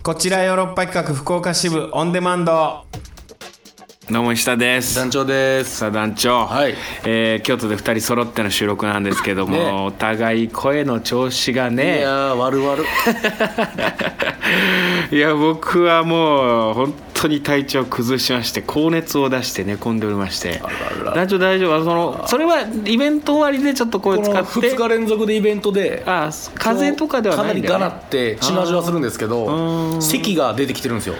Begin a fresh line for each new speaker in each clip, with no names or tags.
こちらヨーロッパ企画福岡支部オンデマンドどうも石田です
団長です
さあ団長、
はい
えー京都で2人揃っての収録なんですけども、
ね
お互い声の調子が
い
ね
やー わるわる
いや僕はもう本当に体調崩しまして高熱を出して寝込んでおりまして団長大丈夫そのそれはイベント終わりでちょっと
こ
声
の
使って
2日連続でイベントで
あー風邪とかではないんだよ、
か
ね、
なりガラって血まじはするんですけど咳が出てきてるんですよ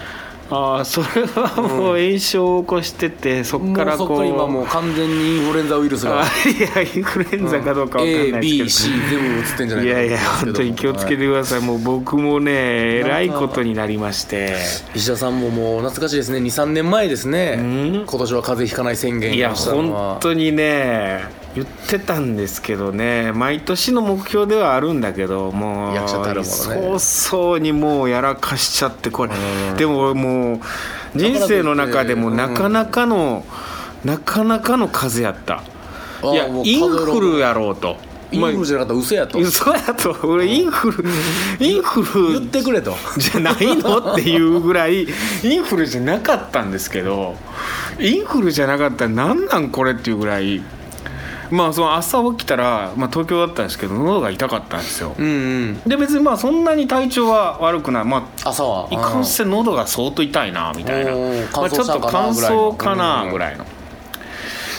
ああそれはもう炎症を起こしてて、そっ
も
から
う
こ
そうっから今もう完全にインフルエンザウイルスが
あいやインフルエンザかどうかわかんないですけ
ABC
ど、
全部映ってんじゃないいか
や
ない
や本当に気をつけてください、もう僕もねえらいことになりまして
石田さんももう懐かしいですね23年前ですね今年は風邪ひかない宣言
いや
したの
本
は
当にね言ってたんですけどね毎年の目標ではあるんだけどもう
役者たるものね
早々にもうやらかしちゃってこれでももう人生の中でもな
だか
からなかの、なかなかの風やった
あ
いや
もう風
イン
邪の
フルやろうと
インフルじゃなかったら嘘やと
嘘やと俺インフルインフ
言っ
ル
てくれと
じゃないのっていうぐらいインフルじゃなかったんですけどインフルじゃなかったら何なんこれっていうぐらいまあその朝起きたら、まあ、東京だったんですけど喉が痛かったんですよ
うんうん
で別にまあそんなに体調は悪くないまあ
朝はい
かんせん喉が相当痛いなみたいな、
おー
まあ、
乾
ちょ
燥
っ
した
と
んか
乾
な
燥かなぐ
ぐ
らいの。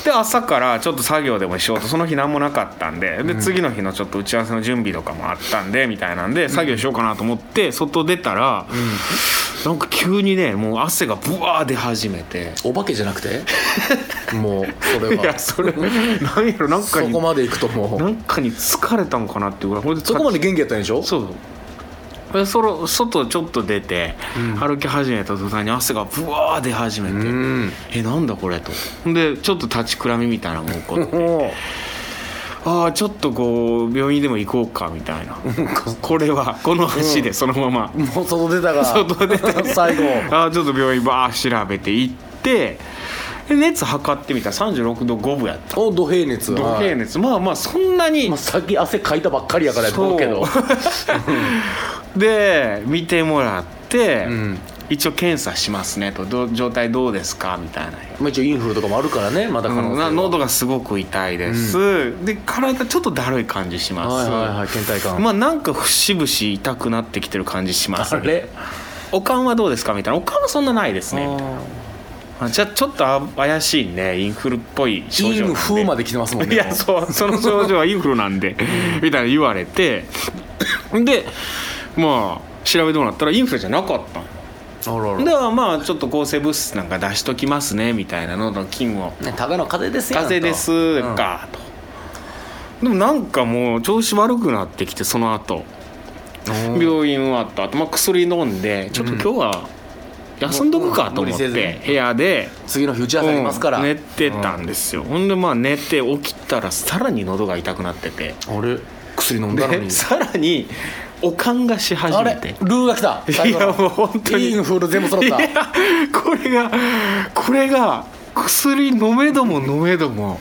で朝からちょっと作業でもしようとその日何もなかったんでで次の日のちょっと打ち合わせの準備とかもあったんでみたいなんで作業しようかなと思って外出たらなんか急にねもう汗がブワー出始めて
お化けじゃなくて もうそれ
いや
は
それ 何やろなんか
そ
に
こまで行くと
な
もうん
かに疲れたんかなっていうぐらいほんで
そこまで元気やったんでしょ
そうでその外ちょっと出て、歩き始めた途端に汗がブワー出始めて、
うん
えなんだこれとでちょっと立ちくらみみたいなのも起こって
も
ああちょっとこう病院でも行こうかみたい なこれはこの足でそのまま、
うもう外出たが
外出て
最後
ああちょっと病院バー調べて行ってで熱測ってみたら36度5分やった
お土平熱
土平熱まあまあそんなに
まあ、さっき汗かいたばっかりやからやと思うけど
そう で見てもらって、
うん
一応検査しますねとどう状態どうですかみたいな
まあ一応インフルとかもあるからねまだ可能性
な
は
喉がすごく痛いです、で体ちょっとだるい感じします、
はいはいはい倦怠感、
まあなんか節々痛くなってきてる感じします
あれ
おかんはどうですかみたいなおかんはそんなないですねみたいなあじゃあちょっとあ怪しいねインフルっぽい症状
イ
なんで
ンフまで来てますもんね
いやそうその症状はインフルなんでみたいな言われてでまあ調べてもらったらインフルじゃなかったの
あらあら
ではまあちょっと抗生物質なんか出しときますねみたいなのの菌を
ねただの風邪ですよ
風邪ですかと、でもなんかもう調子悪くなってきてその後病院終わった後、まあ、薬飲んでちょっと今日は休んどくかと思っ
もう無理せ
て部屋で
次の日打ち合わせありますから、
うん寝てたんですよ、ほんでまあ寝て起きたらさらに喉が痛くなってて
あれ薬飲んだのに
で さらにおかんがし始
あれ
め
ル
て
ーが来た
いやもう本当に
インフル全部揃っ
い
た
やこれがこれが薬飲めども飲めど も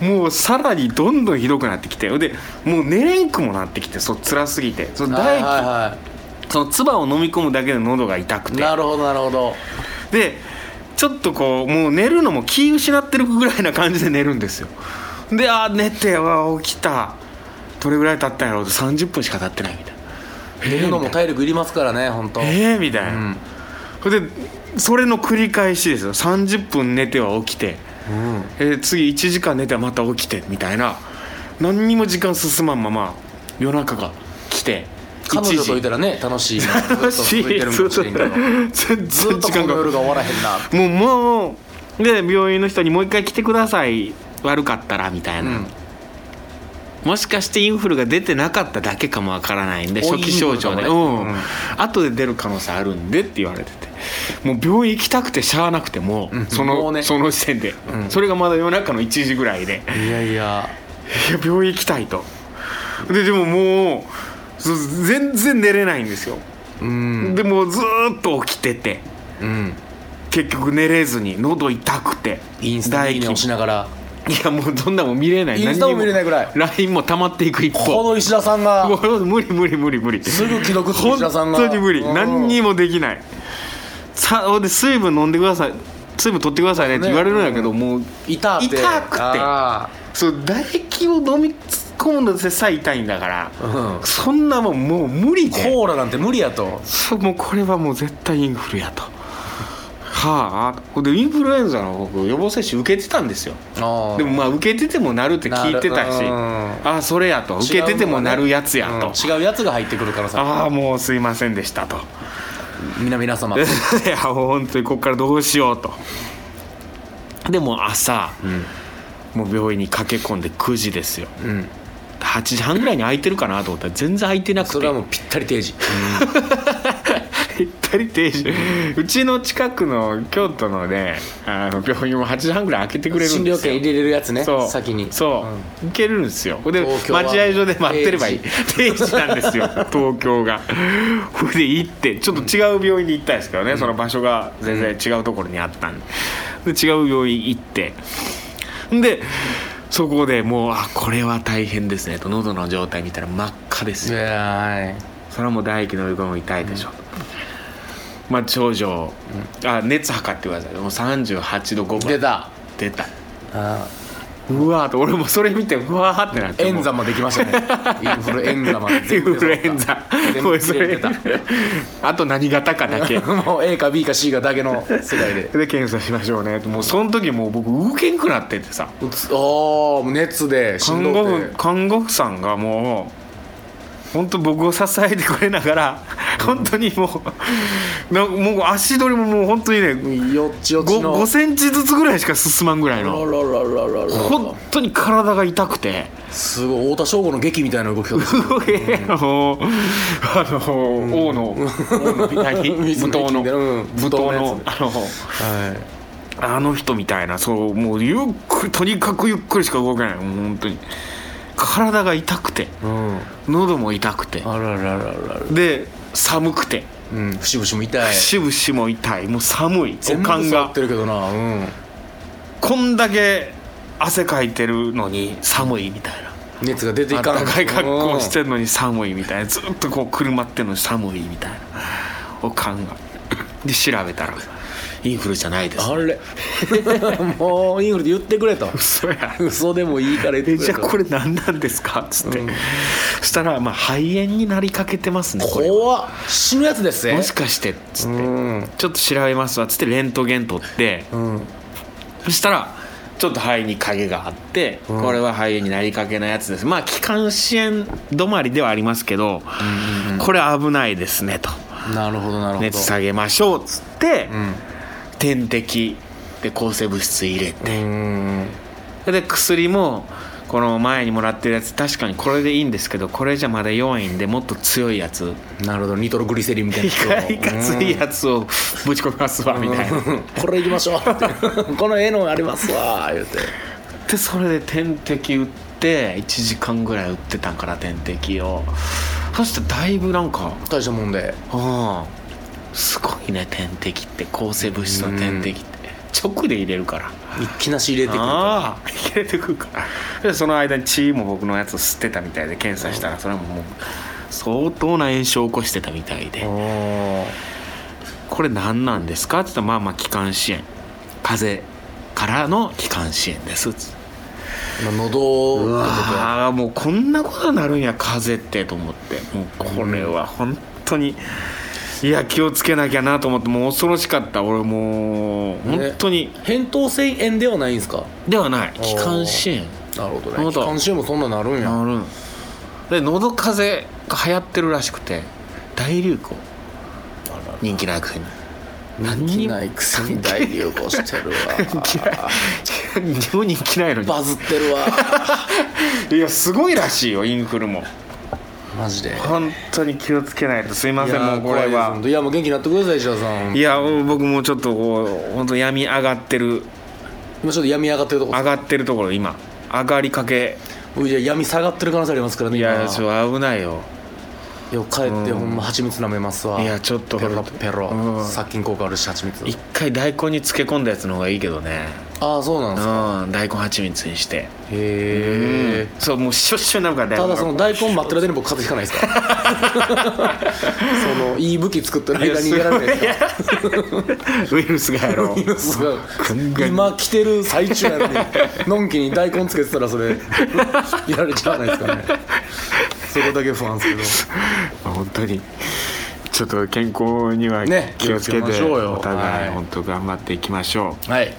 もうさらにどんどんひどくなってきてでもう寝れんくもなってきてそう辛すぎてその唾
はい
液、
はいは
その唾を飲み込むだけで喉が痛く
い
て
なるほどなるほど
でちょっとこうもう寝るのも気失ってるぐらいな感じで寝るんですよであー寝ては起きたどれぐらい経ったんやろうと30分しか経ってないみたいな
寝るのも体力いりますからね本当。
えー、みたいな、
うん
それでそれの繰り返しですよ30分寝ては起きて、
うん
えー次1時間寝てはまた起きてみたいな何にも時間進まんまま夜中が来て
彼女といたらね 楽しいな楽
しい
続いてるんかもしれんけど
全然
ずっと
時
こ
間
の
が
夜が終わらへんな
もうもうで病院の人に「もう一回来てください悪かったら」みたいな、
うん
もしかしてインフルが出てなかっただけかもわからないんで
お
初期症状で、
インフルか
う
も
ん
ねうん
後で出る可能性あるんでって言われててもう病院行きたくてしゃあなくてもう、
うん
その
もうね
その時点で、
うん
それがまだ夜中の1時ぐらいで。
いやいや
いや病院行きたいとででももうそう全然寝れないんですよ、
うん
でもうずーっと起きてて
うん
結局寝れずに喉痛くて
インスタにいいね押しながら
唾いやもうそんなもん見れない
インスタも見れないぐらい
LINE も溜まっていく一
こ
方
の石田さん が
もう無理無理無理無理
すぐ既読つく
本
石田さんが
当に無理
うん
何にもできないさほんで水分飲んでください水分取ってくださいねって言われるんやけど、もう
痛って
痛くて
あ
そう唾液を飲み突っ込むのでさえ痛いんだから、
うん
そんなもんもう無理
ー
で
コーラなんて無理やと
そうもうこれはもう絶対インフルやとはあほんでインフルエンザの僕予防接種受けてたんですよ
でも
でもまあ受けててもなるって聞いてたし
なるうん
あそれやと受けててもなるやつやと、
うん違うやつが入ってくるからさ
ああもうすいませんでしたと
みな皆様
いやもう本当にここからどうしようとでもう朝
うん
もう病院に駆け込んで9時ですよ
うん
8時半ぐらいに空いてるかなと思ったら全然空いてなくて
それはもうぴったり定時
ぴったり定時 うちの近くの京都のねあの病院も8時半ぐらい開けてくれる
診
んで
療
すよ
券入れれるやつね
そう
先に
そう、行けるんですよで
東京は
待合所で待ってればいい
定
定時なんです よ東京がこれで行ってちょっと違う病院に行ったんですけどね、その場所が全然違うところにあったんでで違う病院行ってでそこでもうあこれは大変ですねと喉の状態見たら真っ赤ですよ
いや
それはもう唾液の横も痛いでしょ、まあ症状、あ熱測ってくださいもう38度5分
出た
出た
あ
うわーと俺もそれ見てうわーってなっ
ー
て
円座まできましたねインフルエンザまで
イン
全 部
フ
出た
ルエンザ
全
もう
部
そ
出
れ
た
あと何型かだけ
もう A か B か C かだけの世界で
で検査しましょうねもうその時もう僕動けんくなっててさ
うつおー熱でしん
看
ど
護
く
婦
て
看護婦さんがもう本当僕を支えてくれながら本当にもうなもう足取りももう本当にね
よっちよっち
5,
の
5センチずつぐらいしか進まんぐらい
あら
の
ららららら
本当に体が痛くて
すごい太田省吾の劇みたいな動き方 ですね
あのあの、王の王の 何
水
武闘の
うん
武闘の
武闘のや
あの
はい
あの人みたいなそうもうゆっくりとにかくゆっくりしか動けないもう本当に体が痛くて
うん
喉も痛くて
あららららら
で寒くて
うん節々も痛い
節々も痛いもう寒いおかん
全部触っ
が
てるけどなうん
こんだけ汗かいてるのに寒いみたいな
熱が出ていか
暖
な
かい格好してんのに寒いみたいなずっとこう車ってんのに寒いみたいなおかんが で調べたらインフルじゃないです
あれ もうインフルで言ってくれと
嘘や
嘘でもいいから言って
え
く
じ
れ
ゃあ
と
これ何なんですかっつって、
うん
したらまあ肺炎になりかけてますねこれは
怖っ死ぬやつですぜ
もしかしてっつって、
うん
ちょっと調べますわっつってレントゲン取って
うん
そしたらちょっと肺に影があって、
ん
これは肺炎になりかけのやつですまあ気管支炎止まりではありますけど、これ危ないですねと。
なるほどなるほど
熱下げましょうっつって、
うん
点滴で抗生物質入れ
う
て、
ん
で薬もこの前にもらってるやつ確かにこれでいいんですけどこれじゃまだ弱いんでもっと強いやつ
なるほどニトログリセリンみたい
い
な
かいかついやつをぶち込みますわみたいな、
うんこれいきましょうってこの絵のありますわ言うて
でそれで点滴打って1時間ぐらい打ってたんから点滴をそしたらだいぶなんか
大したもんで
うんすごいね点滴って抗生物質の点滴って直で入れるから。
一気なし入れてくると
ああ 入れてくるからでその間に血も僕のやつを吸ってたみたいで検査したらそれももう相当な炎症を起こしてたみたいで
おー
「これ何なんですか?」って言ったら「まあまあ気管支炎風邪からの気管支炎です」つって
まあ喉
う
ってことや
わあもうこんなことになるんや風邪ってと思ってもうこれは本当に。いや気をつけなきゃなと思ってもう恐ろしかった俺もう本当に、
扁桃腺炎ではないんですか
ではない
おー
気管支炎
なるほど
なる
ね
ほど
気管支炎もそんななるんや
なるんで喉風邪が流行ってるらしくて大流行人気ないくせに
人
に
気ないくせに大流行してる わ
自分人気ないのに
バズってるわ
いやすごいらしいよインフルも
マジで
本当に気をつけないとすいませんもうこれ
いやー怖いです
は
本当いやもう元気になってください石田さん
いや僕もちょっとこう本当病み上がってる
今ちょっと病み上がってるとこ
上がってるところ今上がりかけ
僕じゃあ闇下がってる可能性ありますからね
い
今
やちょっと危ないよ
よ帰ってほんま蜂蜜舐めますわ
いやちょっと
ペロペ
うん
ロ殺菌効果あるし蜂蜜
一回大根に漬け込んだやつの方がいいけどね
ああそうなん
う
ですか
ん大根蜂蜜にして
へえ
そうもうしょっしょになるから大根
た
が
だその大根真っ平でに僕風邪ひかないです かそのいい武器作ってる間にやられないですか
ウイルスがやろう
すごい今来てる最中やのにのんきに大根つけてたらそ れやられちゃわないですかねそこだけ不安ですけ
本当にちょっと健康には
ね
気をつけ
気をつけま
て
しょうよ
お互い
はい
本当頑張っていきましょう
どはい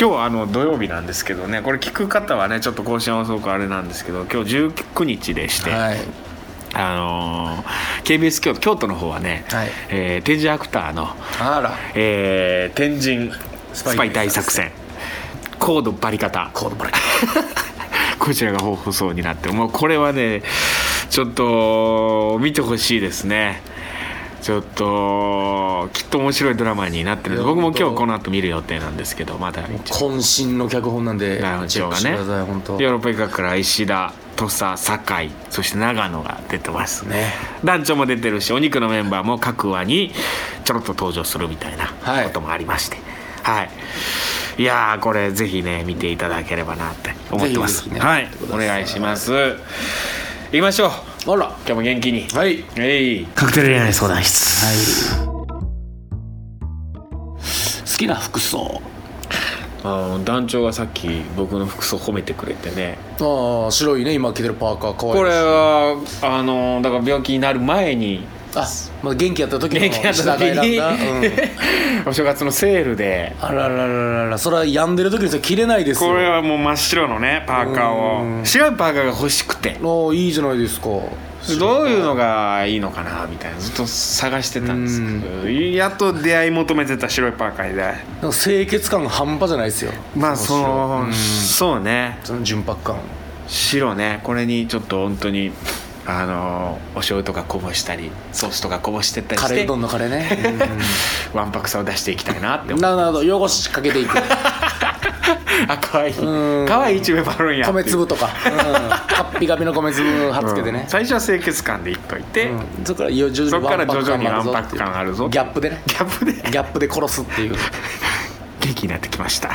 今日はあの土曜日なんですけどねこれ聞く方はねちょっと更新は遅くあれなんですけど今日19日でして、
はい
あのー KBS 京都京都の方はね、
はい
えー天神アクターの、
あら
えー天神
ス
ス
パイ
パイ大作戦コードバリ方
コードブレイ
こちらが放送になってもうこれはねちょっと見てほしいですねちょっときっと面白いドラマになってるんで
いや
僕も今
本
日
当
この後見る予定なんですけどまだ一応
渾身の脚本なんで
なるほど
チェックしてください本当
ヨーロッパ医学から石田土佐酒井そして長野が出てますね
ね
団長も出てるしお肉のメンバーも各話にちょろっと登場するみたいな
はい
こともありましてはい、い、やーこれぜひね見ていただければなって思ってます
ぜひぜひね
はい
見てく
お
ださい
願いします行きましょう
あら
今日も元気に
はい
えいカクテル恋愛相談室
好きな服装
あー団長がさっき僕の服装褒めてくれてね
ああ白いね今着てるパーカー可愛い
これはあのーだから病気になる前に
あまだ元気やった時の
元 気やった時に
石田が選んだうん
お正月のセールで
あらららららそれは病んでる時にそれ着れないですよ
これはもう真っ白のねパーカー
う
を
ん
白いパーカーが欲しくて
ああいいじゃないですか
どういうのがいいのかなみたいなずっと探してたんですけどやっと出会い求めてた白いパーカーに出会い
なんか清潔感が半端じゃないですよ
まあそ
その
のそうね
その純白感
白ねこれにちょっと本当にあのお醤油とかこぼしたりソースとかこぼしてったり
カ
し
レー
て
うどんのカレーね
わんぱくさを出していきたいなって
うん
思う
なるほど汚しかけていく
あ可愛い
うん
可愛い一面もあるんやっていう
米粒とか、うん、カッピカピの米粒はっつけて
う
ね
ん、最初は清潔感でいっといて、
うんそこから徐々
そこから徐々に
ワ
ワ
ン
ン
パ
パ
ッ
ッ
ク
ク
感
感
が
ある
ぞ
ぞ
ギャップでね
ギャップで
ギャップで殺すっていう
元気になってきました。はい。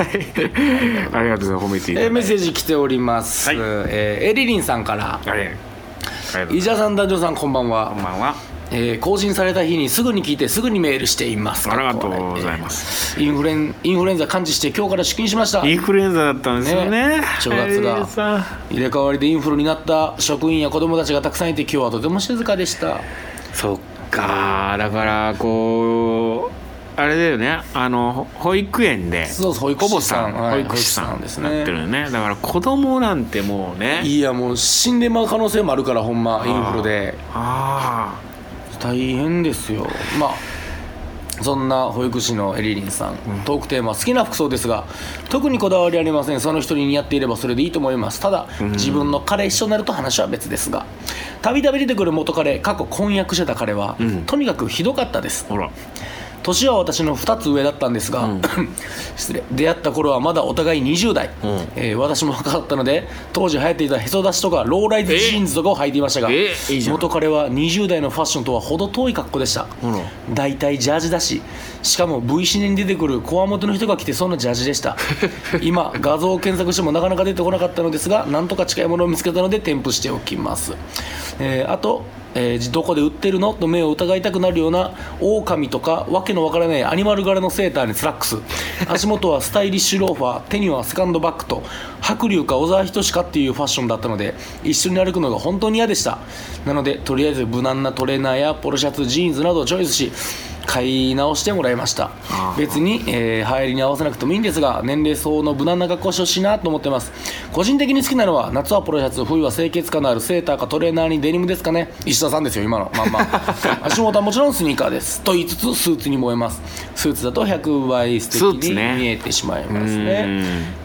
ありがとうございます。褒めていただ
え
いて。
メッセージ来ております、
はい
えーエリリンさんから
ありがとうございます
伊沢さん、男女さん、こんばんは
こん、ばんは。
えー更新された日にすぐに聞いて、すぐにメールしています。
ありがとうございます。
インフルエンインフルエンザ完治して今日から出勤しました
イ
入
ンフルエンザだったんですよね
ね。正月が
エリさん
れ替わりでインフルになった職員や子供たちがたくさんいて今日はとても静かでした
そっか。だからこうあれだよね。あの保育園で。
そうそう保育
お
士
ぼ
さ
さ
ん
ん、
はい
保育士さ
保
ん
育士さんですね
なってるよねだから子供なんてもうね
いやもう死んでまう可能性もあるからほんまインフルで
あ
大変ですよまあそんな保育士のエリリンさん、トークテーマ好きな服装ですが特にこだわりありませんその人に似合っていればそれでいいと思いますただ、自分の彼一緒になると話は別ですがたびたび出てくる元彼過去婚約してた彼は、
ん
とにかくひどかったです
あほら
年は私の2つ上だったんですが、 失礼出会った頃はまだお互い20代、
ん
えー私も若かったので当時流行っていたへそ出しとかローライズジーンズとかを履いていましたが、
ええいいじゃん
元彼は20代のファッションとは程遠い格好でした
ほら
大体ジャージだししかも V シネに出てくるこわもての人が着てそうなジャージ でした今画像を検索してもなかなか出てこなかったのですがなんとか近いものを見つけたので添付しておきます、えーあと、えーどこで売ってるのと目を疑いたくなるような狼とかわけのわからないアニマル柄のセーターにスラックス足元はスタイリッシュローファー手にはセカンドバッグと白龍か小沢仁かっていうファッションだったので一緒に歩くのが本当に嫌でしたなのでとりあえず無難なトレーナーやポロシャツジーンズなどをチョイスし買い直してもらいました
あー
別に、えー流行りに合わせなくてもいいんですが年齢相応の無難な格好をしてほしいなと思ってます個人的に好きなのは夏はポロシャツ冬は清潔感のあるセーターかトレーナーにデニムですかね石田さんですよ今のまんま 足元はもちろんスニーカーですと言いつつスーツに燃えますスーツだと100倍素敵
スーツ
に
ね
見えてしまいますね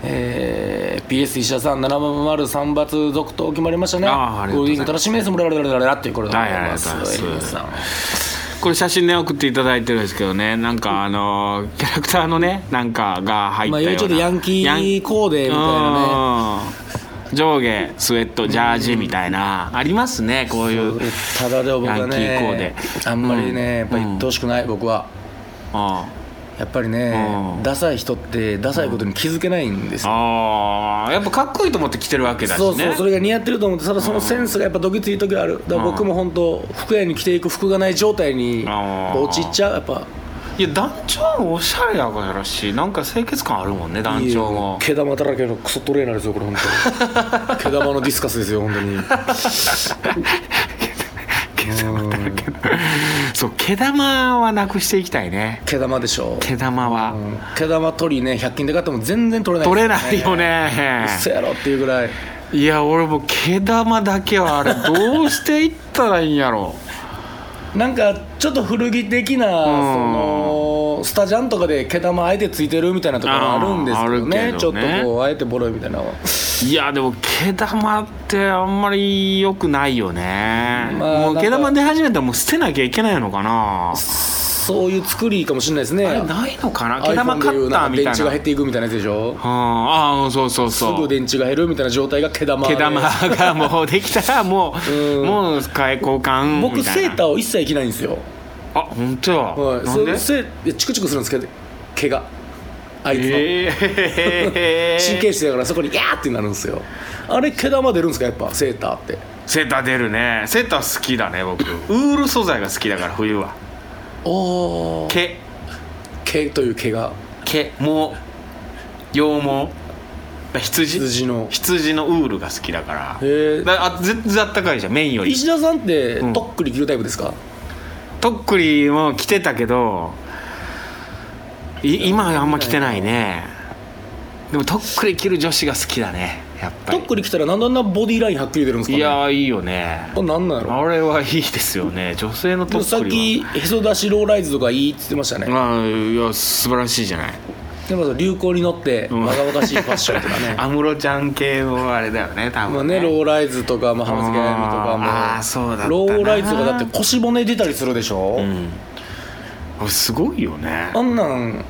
うん
えー PS 石田さん703罰続投決まりましたね
あーありがと
ゴ
うご
ール
ざ
デ
います
ィング楽しみですもららららららっていうことでございま
はいありがとうござ
す
い
エリ
ま
ン
す
さん
これ写真ね送っていただいてるんですけどねなんかあのキャラクターのねなんかが入っ
ま
たような
あよりちょっとヤンキ
ヤン
ーコーデみたいなね
あー上下スウェットジャージみたいな、ありますねこういう
ただでも僕は
ヤンキーコーデ
ねあんまり
うん
ねやっぱり言ってほしくない僕は
あ
やっぱりね
うん
ダサい人ってダサいことに気づけないんですよ
あーやっぱかっこいいと思って着てるわけだしね
そうそうそれが似合ってると思ってただそのセンスがやっぱどぎつい時があるだから僕も本当服屋に着ていく服がない状態に
あー
やっぱ陥っちゃうやっぱ
いや団長もおしゃれやからしなんか清潔感あるもんね団長も
毛玉だらけのクソトレーナーですよこれ本当 に毛玉のディスカスですよ本当に
そう毛玉はなくしていきたいね
毛玉でしょ
毛玉は、
うん毛玉取りね100均で買っても全然取れない
取れないよ
う
ね
っせやろっていうぐらい
いや俺もう毛玉だけはあれどうしていったらいいんやろ
なんかちょっと古着的な、そのスタジャンとかで毛玉あえてついてるみたいなところあるんですけどね
あーあるけ
ちょ
ど
っと
ね
こうあえてボロいみたいなのは、
いやでも毛玉ってあんまり良くないよね、
まあ
もう
なんか
毛玉出始めたらもう捨てなきゃいけないのかな
そういう作りかもしれないですね
あれないのかな毛玉カッターみ
電
たい
池
な
が減っていくみたいなやつでしょ
ああーそうそう
す
そう
ぐ電池が減るみたいな状態が毛玉で
毛玉がもうできたらもう、
うん
もう使い交換
僕
みたい
セ
な
ーターを一切着ないんですよ、
あ本当や、
は
な
い、
んで
そういうせいやチクチクするんですけど毛があいつの、
えー
神経質だからそこに「やー!」ってなるんですよあれ毛玉出るんですかやっぱセーターって
セーター出るねセーター好きだね僕ウール素材が好きだから冬は
おお
毛
毛という毛が
毛毛羊毛羊
羊の
羊のウールが好きだから
へー
だあ全然あったかいじゃん綿より
石田さんって
ん
とっくり着るタイプですか、
とっくりも着てたけどい今はあんま着てないねでもとっくり着る女子が好きだねやっぱ
と
り
っくり着たらなんであんなボディラインはっきり出るんですか、ね、
いやーいいよね
あなんなんやろ
あれはいいですよね女性の
で
と
も
っ
さっ
くり
きへそ出しローライズとかいいって言ってましたね、
はあーいや素晴らしいじゃない
でも流行に乗って
ん
若々しいファッションと かね、
安室ちゃん系のあれだよね多
まあ
分
ね
ね
ローライズとか、まあ、浜崎あゆみとかも
あーあーそうだったな
ローライズとかだって腰骨出たりするでしょ、
うんあすごいよね
あんなん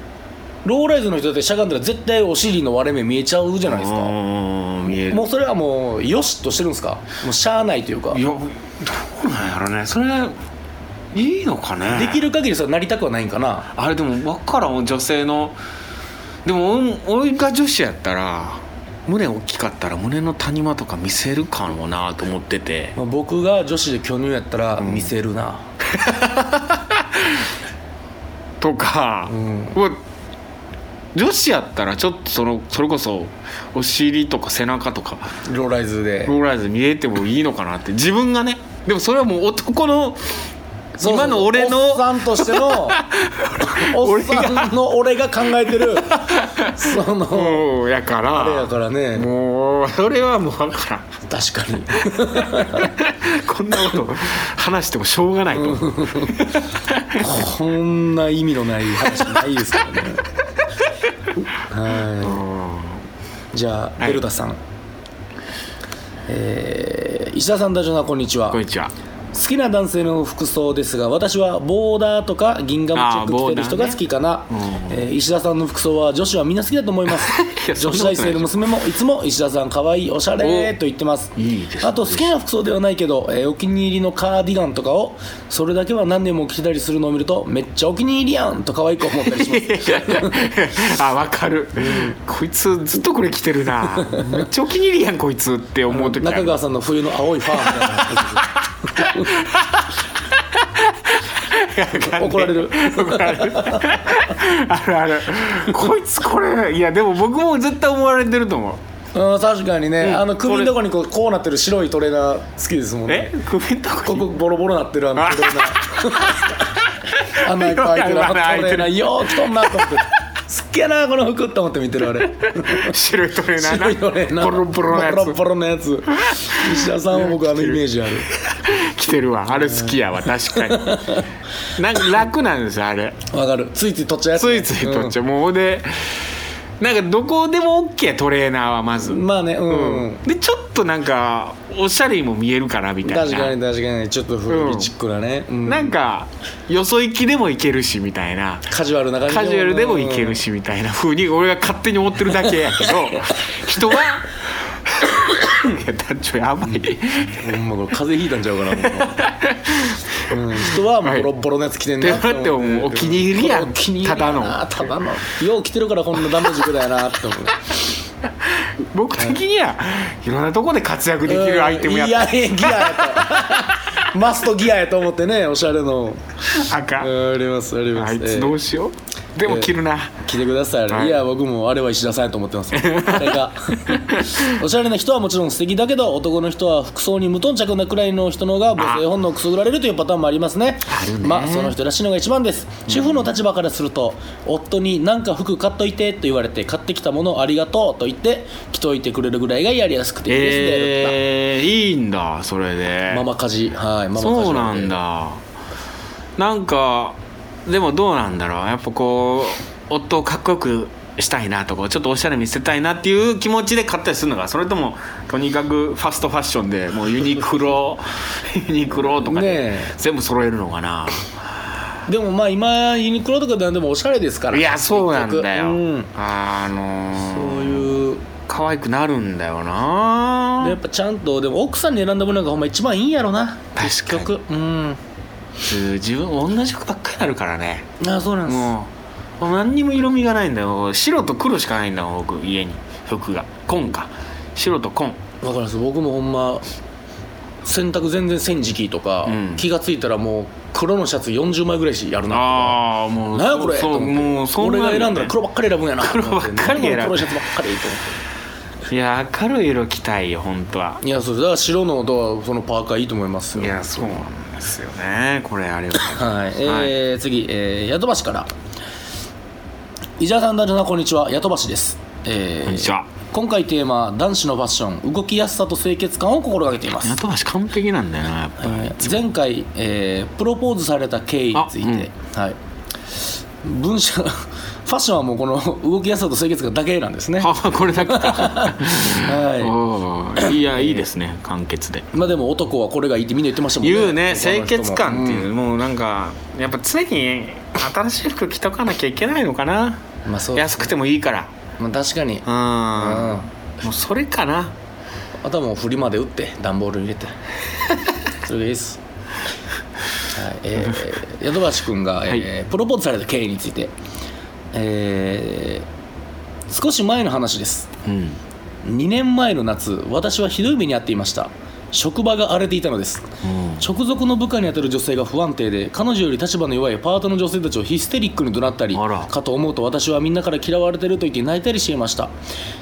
ローライズの人だってしゃがんだら絶対お尻の割れ目見えちゃうじゃないですか
うん見える
もうそれはもうよしとしてるんですかもうしゃあないというか
いやどうなんやろねそれいいのかね
できる限りそうなりたくはないんかな
あれでも分からん女性のでもお俺が女子やったら胸大きかったら胸の谷間とか見せるかもなと思ってて
まあ僕が女子で巨乳やったら見せるな、
とか、
ん
うわ女子やったらちょっとそのそれこそお尻とか背中とか
ローライズで
ローライズ見えてもいいのかなって自分がねでもそれはもう男の
そうそう
今の俺の
おっさんとして のおっさんの俺が考えてる その、
うんやから
あれやからね
もうそれはもう分からん
確かに
こんなこと話してもしょうがないと思う
こんな意味のない話ないですからねはいじゃあ、
はい
エルダさん、えー石田さんダジョナこんにちは
こんにちは
好きな男性の服装ですが私はボーダーとか銀ガムチェック着てる人が好きかな、
あーボーダーね
えー石田さんの服装は女子はみんな好きだと思います
いやそ
女
んなことな
子
い
大生の娘もいつも石田さん可愛いおしゃれと言ってます
いいですね
あと好きな服装ではないけど、えーお気に入りのカーディガンとかをそれだけは何年も着てたりするのを見るとめっちゃお気に入りやんと可愛く思った りします
あ分かる、こいつずっとこれ着てるなめっちゃお気に入りやんこいつって思う時ある
中川さんの冬の青いファー みたいな怒られる
怒られるあるあるこいつこれいやでも僕も絶対思われてると思う
うん、確かにね、
ん
あの首のとこにこうこうなってる白いトレーナー好きですもん
え
ね
首のとこ
こ
に
こボロボロなってるあの トレーナー穴いっぱい開いてるあのトレーナーよー着とんなと思って好きやなこの服と思って見てるあれ
白いトレーナーな
白いトレーナー
ボロボロのや
ボロボ
つ
ロのやつ石田さんは僕あのイメージある
着てるわあれ好きやわ確かになんか楽なんですよあれ
わかるついつい取っちゃうやつ
つ
ね、
いつい取っちゃう、もうでなんかどこでも OK トレーナーはまず、
うんまあねうん、
でちょっとなんかおしゃれにも見えるかなみたいな
確かに確かにちょっと古着チックなね、うん
なんかよそ行きでもいけるしみたいな
カジュアルな感じ
カジュアルでもいける しみたいな風に俺が勝手に思ってるだけやけど人はいや団長やばい、
ほんまこれ風邪ひいたんちゃうかなもううん人はもうボロボロのやつ着てんな
って思うお気に入りやん
お気に入りやなた
た
だのよう着てるからこんなダメージぐらいやなって思う
僕的には、い、ろんなとこで活躍できるアイテムや
い
った
やええギアやとマストギアやと思ってねおしゃれの
あかん
うんありますありま
あ
す
いつどうしよう、でも着るな、
来てくださいあれ、
はい
い、や僕もあれは石田さんやと思ってますあれ がおしゃれな人はもちろん素敵だけど男の人は服装に無頓着なくらいの人の方が母性本能をくすぐられるというパターンもありますねまあその人らしいのが一番です主婦の立場からすると夫に「なんか服買っといて」と言われて買ってきたものをありがとうと言って着といてくれるぐらいがやりやすくていいですね、
えー、いいんだそれで
ママ家事はいママ家事
そうなんだなんかでもどうなんだろうやっぱこう夫をかっこよくしたいなとかちょっとおしゃれ見せたいなっていう気持ちで買ったりするのかそれともとにかくファストファッションでもうユニクロ ユニクロとかで
ねえ
全部揃えるのかな、
でもまあ今ユニクロとかではでもおしゃれですから
いやそうなんだよ、
結局うん
あの
そう
う
いう
可愛くなるんだよな
でやっぱちゃんとでも奥さんに選んだものがほんま一番いいんやろな結
確か
局うん
自分同じ服ばっかりなるからね
あそうなんです
もうもう何にも色味がないんだよ白と黒しかないんだよ僕家に服が紺か白と紺
わかります僕もほんま洗濯全然せん時期とか、
うん
気がついたらもう黒のシャツ40枚ぐらいしやるな
ああもう
なんやこれ
そうそう
と思って
もうそう
俺
な
が
るよ
選
ね
んだら黒ばっかり選ぶんやな黒
ばっかり選ぶ
黒シャツばっかりと思
いや明るい色着たいよ本当は
っていやそうだから白のドアそのパーカーいいと思いますよ
いやそうなんですよねこれあれは
はい、えー次、えー、宿橋から伊沢さん男女さんこんにちは宿橋です、えー
こんにちは
今回テーマ男子のファッション動きやすさと清潔感を心がけていま す
後橋完璧なんだよなやっぱり、
はい前回、えープロポーズされた経緯について、はい、文章 ファッションはもうこの動きやすさと清潔感だけなんですね
ああこれ だけか
は
おーいやいいですね簡潔で
いまあでも男はこれがいいってみんな言ってましたもんね
言うね
男
清
の人も
潔感っていう、
ん
もうなんかやっぱ常に新しい服着とかなきゃいけないのかな
まあそうで
安
す
くてもいいから
まあ、確かに
うんもうそれかな
あとはもう振りまで打って段ボールに入れてそれでいいですはいえー、宿橋君が、えープロポーズされた経緯についてえー少し前の話です
うん
2年前の夏私はひどい目に遭っていました職場が荒れていたのです直属の部下に当たる女性が不安定で彼女より立場の弱いパートの女性たちをヒステリックに怒鳴ったり
あら
かと思うと私はみんなから嫌われてると言って泣いたりしていました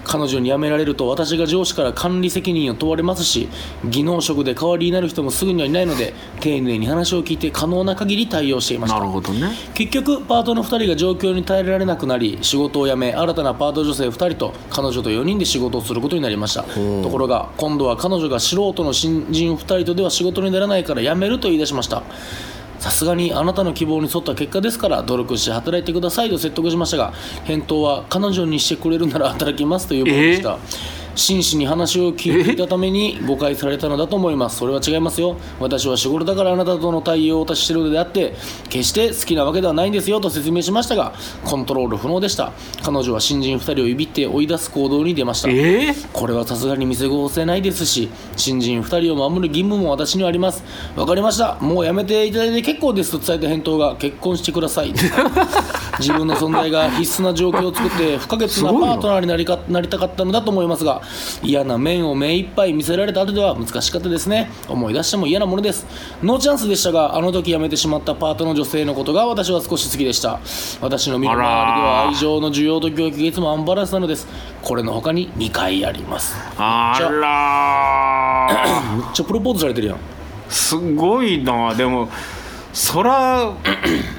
彼女に辞められると私が上司から管理責任を問われますし技能職で代わりになる人もすぐにはいないので丁寧に話を聞いて可能な限り対応していました
なるほどね
結局パートの2人が状況に耐えられなくなり仕事を辞め新たなパート女性2人と彼女と4人で仕事をすることになりましたところが今度は彼女が素人の新人2人とでは仕事にならないから辞めると言い出しましたさすがにあなたの希望に沿った結果ですから努力して働いてくださいと説得しましたが返答は彼女にしてくれるなら働きますというものでした、真摯に話を聞いていたために誤解されたのだと思いますそれは違いますよ私は仕事だからあなたとの対応を私してるのであって決して好きなわけではないんですよと説明しましたがコントロール不能でした彼女は新人2人をいびって追い出す行動に出ました
ええ
これはさすがに見過ごせないですし新人2人を守る義務も私にはありますわかりましたもうやめていただいて結構ですと伝えた返答が結婚してください自分の存在が必須な状況を作って不可欠なパートナーになりかなりたかったのだと思いますが嫌な面を目いっぱい見せられた後では難しかったですね思い出しても嫌なものですノーチャンスでしたがあの時辞めてしまったパートの女性のことが私は少し好きでした私の見る周りでは
あら
愛情の需要と供給がいつもアンバランスなのですこれの他に2回あります
あら
めっちゃプロポーズされてるやん
ーすごいなでもそら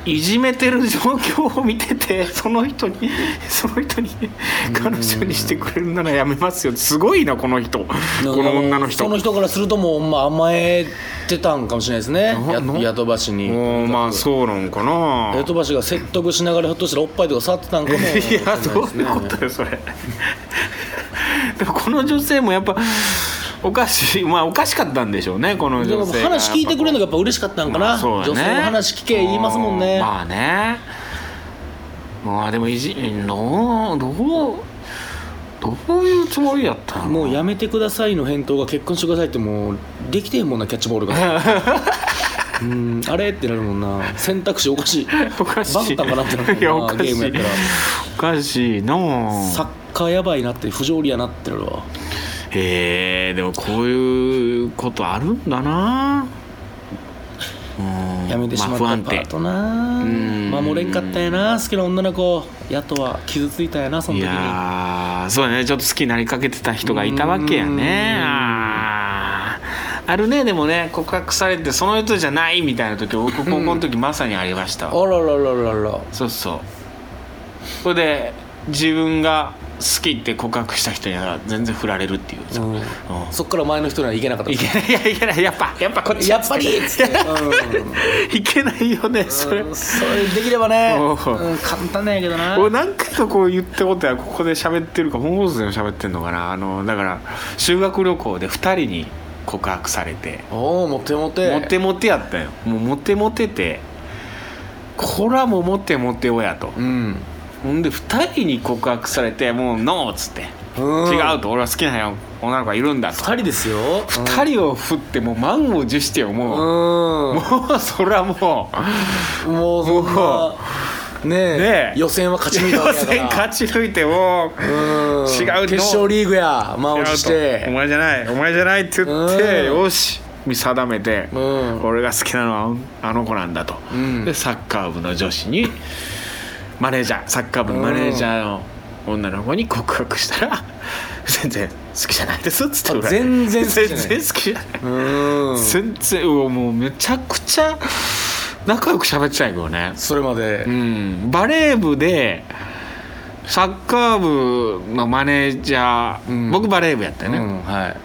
いじめてる状況を見ててその人にその人に彼女にしてくれるならやめますよすごいなこの人この女の人
その人からするともうほんま甘えてたんかもしれないですね
なな
や宿橋に
おーまあそうなんかな
宿橋が説得しながらひょっとしたらおっぱいとか触ってたんかもしれな い
いや
ですね
どういうことよそれ でもこの女性もやっぱおかしいまあおかしかったんでしょうねこの
で
女
も
性が
話聞いてくれるのが
やっ
やっぱ嬉しかったん
ぱ
かな、
まあそうだね
女性の話聞け言いますもんね、
まあねまあでもいじのどう
と
どういうつもりやったの
もうやめてくださいの返答が結婚してくださいってもうできてへんもんなキャッチボ ールがうんあれってなるもんな選択肢おかしい
おかしい
バグったんかなってなる
いや
もん
お
な
か
ゲ
し
ームや
い
ったら
おかしいなあ
サッカーやばいなって不条理やなってなるわ
へえでもこういうことあるんだなうん
やめてしまった
ま
パ
あ不安定
ートな、
ん
守れんかったやな好きな女の子やとは傷ついたやなその
い
時に
やーそうだねちょっと好きになりかけてた人がいたわけや
う
ね
ーん
あーあるねでもね告白されてその人じゃないみたいな時僕高校の時まさにありましたわ、
あらららららら
そうそうそれで自分が好きって告白した人には全然振られるっていうさ、
うん
うん
そっから前の人にはいけなかった
いけないいやいけないやっぱやっぱこっち
やっぱりっつって、
いけないよねそれ
うん、それできればね、
お
う、
うん
簡単なんやけどな
俺何回かこう言ったことやここで喋ってるか本放送でも喋ってんのかなあのだから修学旅行で2人に告白されて
おおモテモテ
モテモテやったよもうモテモテてこれはもうモテモテ親と
うん、
ほんで2人に告白されてもうノーっつって
うん、
違うと俺は好きな女の子がいるんだと
二人ですよ
2人を振ってもう満を持してよ
う
もう、
ん
もうそれはもう
もうそんな
も
ねえ
ねえ
予選は勝ち抜いたわ
予
けやから
選勝ち抜いてもう
う
違
ん
うの
決勝リーグや満
違
を
うと
持し
お
て
前じゃないお前じゃないって言って、
うん
よし見定めて、
うん
俺が好きなのはあの子なんだと、
うん
でサッカー部の女子にマネージャーサッカー部のマネージャーの女の子に告白したら 全然好きじゃないですっつって
あ全然好きじゃない
全然好きじゃない、
うん
全然うわもうめちゃくちゃ仲良く喋っちゃうけどね
それまで
うん、バレー部でサッカー部のマネージャー、
うん
僕バレー部やったよね、
うんはい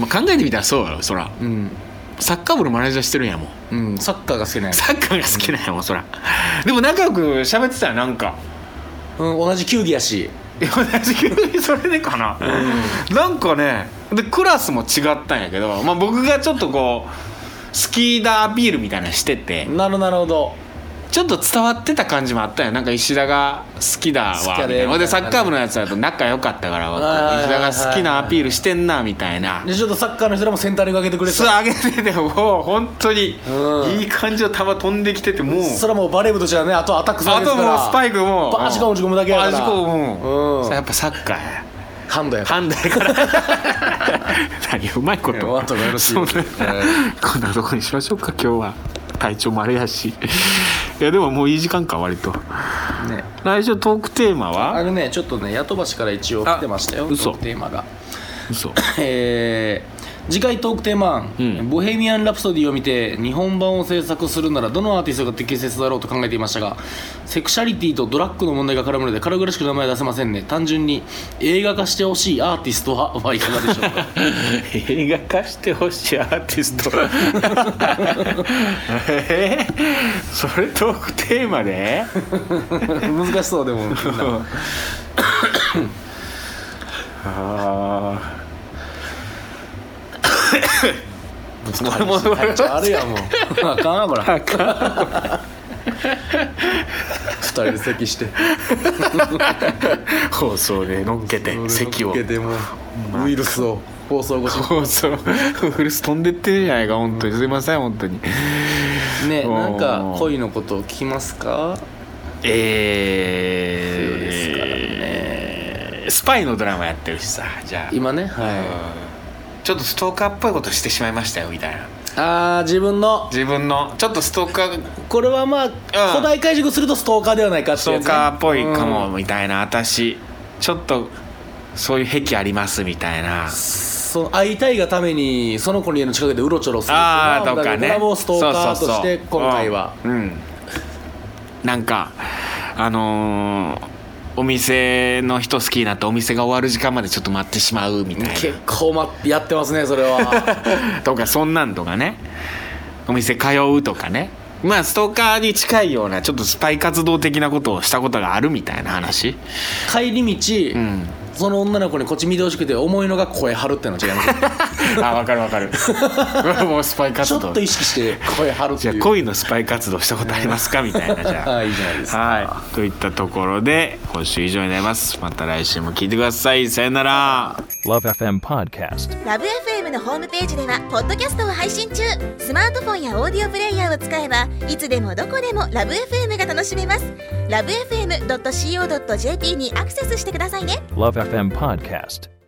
まあ、考えてみたらそうやろそら
うん
サッカー部のマネージャーしてるんやもん
うんサッカーが好きなんや
サッカーが好きなんやもんそらでも仲良く喋ってたよなんか
うん同じ球技やし
いや 私急にそれでかな、なんかねでクラスも違ったんやけど、まあ、僕がちょっとこう好きだアピールみたいなのしてて
なるなるほど
ちょっと伝わってた感じもあったよなんか石田が好きだわみ
好き
た
やで
いなほんで
み
サ
たいな
ッカー部のやつだと仲良かったから
はいはい
石田
はいはい
が好きなアピールしてんなみたいな
でちょっとサッカーの人らもセンターにかけてくれて
そう
た
上げててもう本当に
うん
いい感じの球飛んできててもう
それはもうバレー部としてはねあとアタックするわ
あ
けです
と
から
もうスパイクも
バージコン打ち込むだけやから
バージコンも
うん
それやっぱサッカーや
ハンドやから
判断やから何うまいこ
いやわ
と
かったよろしい
そんな
え
こんなとこにしましょうか今日は体調もあれやしいやでももういい時間か割と。
ね
来週トークテーマ
あ
は
のねちょっとねヤトバシから一応来てましたよ
あ嘘
トークテーマが
嘘
えー次回トークテーマ案、
うん
ボヘミアン・ラプソディ」を見て日本版を制作するならどのアーティストが適切だろうと考えていましたがセクシャリティとドラッグの問題が絡むので軽々しく名前は出せませんね単純に映画化してほしいアーティストははいかがでしょうか
映画化してほしいアーティストえーそれトークテーマで
難しそう でも
あ
これもあるやもうあかんわこれ
あかん
二人で席 して
放送で乗っけて席を
受けてもうウイルスを放送越し
放送フルス飛んでってるじゃないか本当にすいません本当に
ね
おー
なんか恋のことを聞きますか
え
そうですからね
スパイのドラマやってるしさじゃあ
今ね
う
は
んちょっとストーカーっぽいことしてしまいましたよみたいない
あー自分の
自分のちょっとストーカー
これはまあ古代解釈するとストーカーではないかっ
ス
て
ト
や
ー
つね
カーっぽいかもみたいな私ちょっとそういう癖ありますみたいな
その会いたいがためにその子に家の近くでうろちょろする
ああ
ま
とかね
これはもうストーカー
そう
と
そう
し
そう
て今回は
うんうんなんかあのーお店の人好きになってお店が終わる時間までちょっと待ってしまうみたいな
結構まやってますねそれ は
とかそんなんとかねお店通うとかねまあストーカーに近いようなちょっとスパイ活動的なことをしたことがあるみたいな話
帰り
う
道
ん
その女の子にこっち見てほしくて重いのが声張るってのは違います
あ分かる分か るもうスパイ活
ちょ
動
っと意識して声張るって
じゃあ
いう
恋のスパイ活動したことありますかみたいなじゃあ
あいいじゃないですか
はいといったところで今週以上になりますまた来週も聞いてくださいさよなら
Love FM Podcast.
ラブ f m のホームページではポッドキャストを配信中スマートフォンやオーディオプレイヤーを使えばいつでもどこでもラブ f m が楽しめますラブ FM.co.jp にアクセスしてくださいね
Love FM Podcast.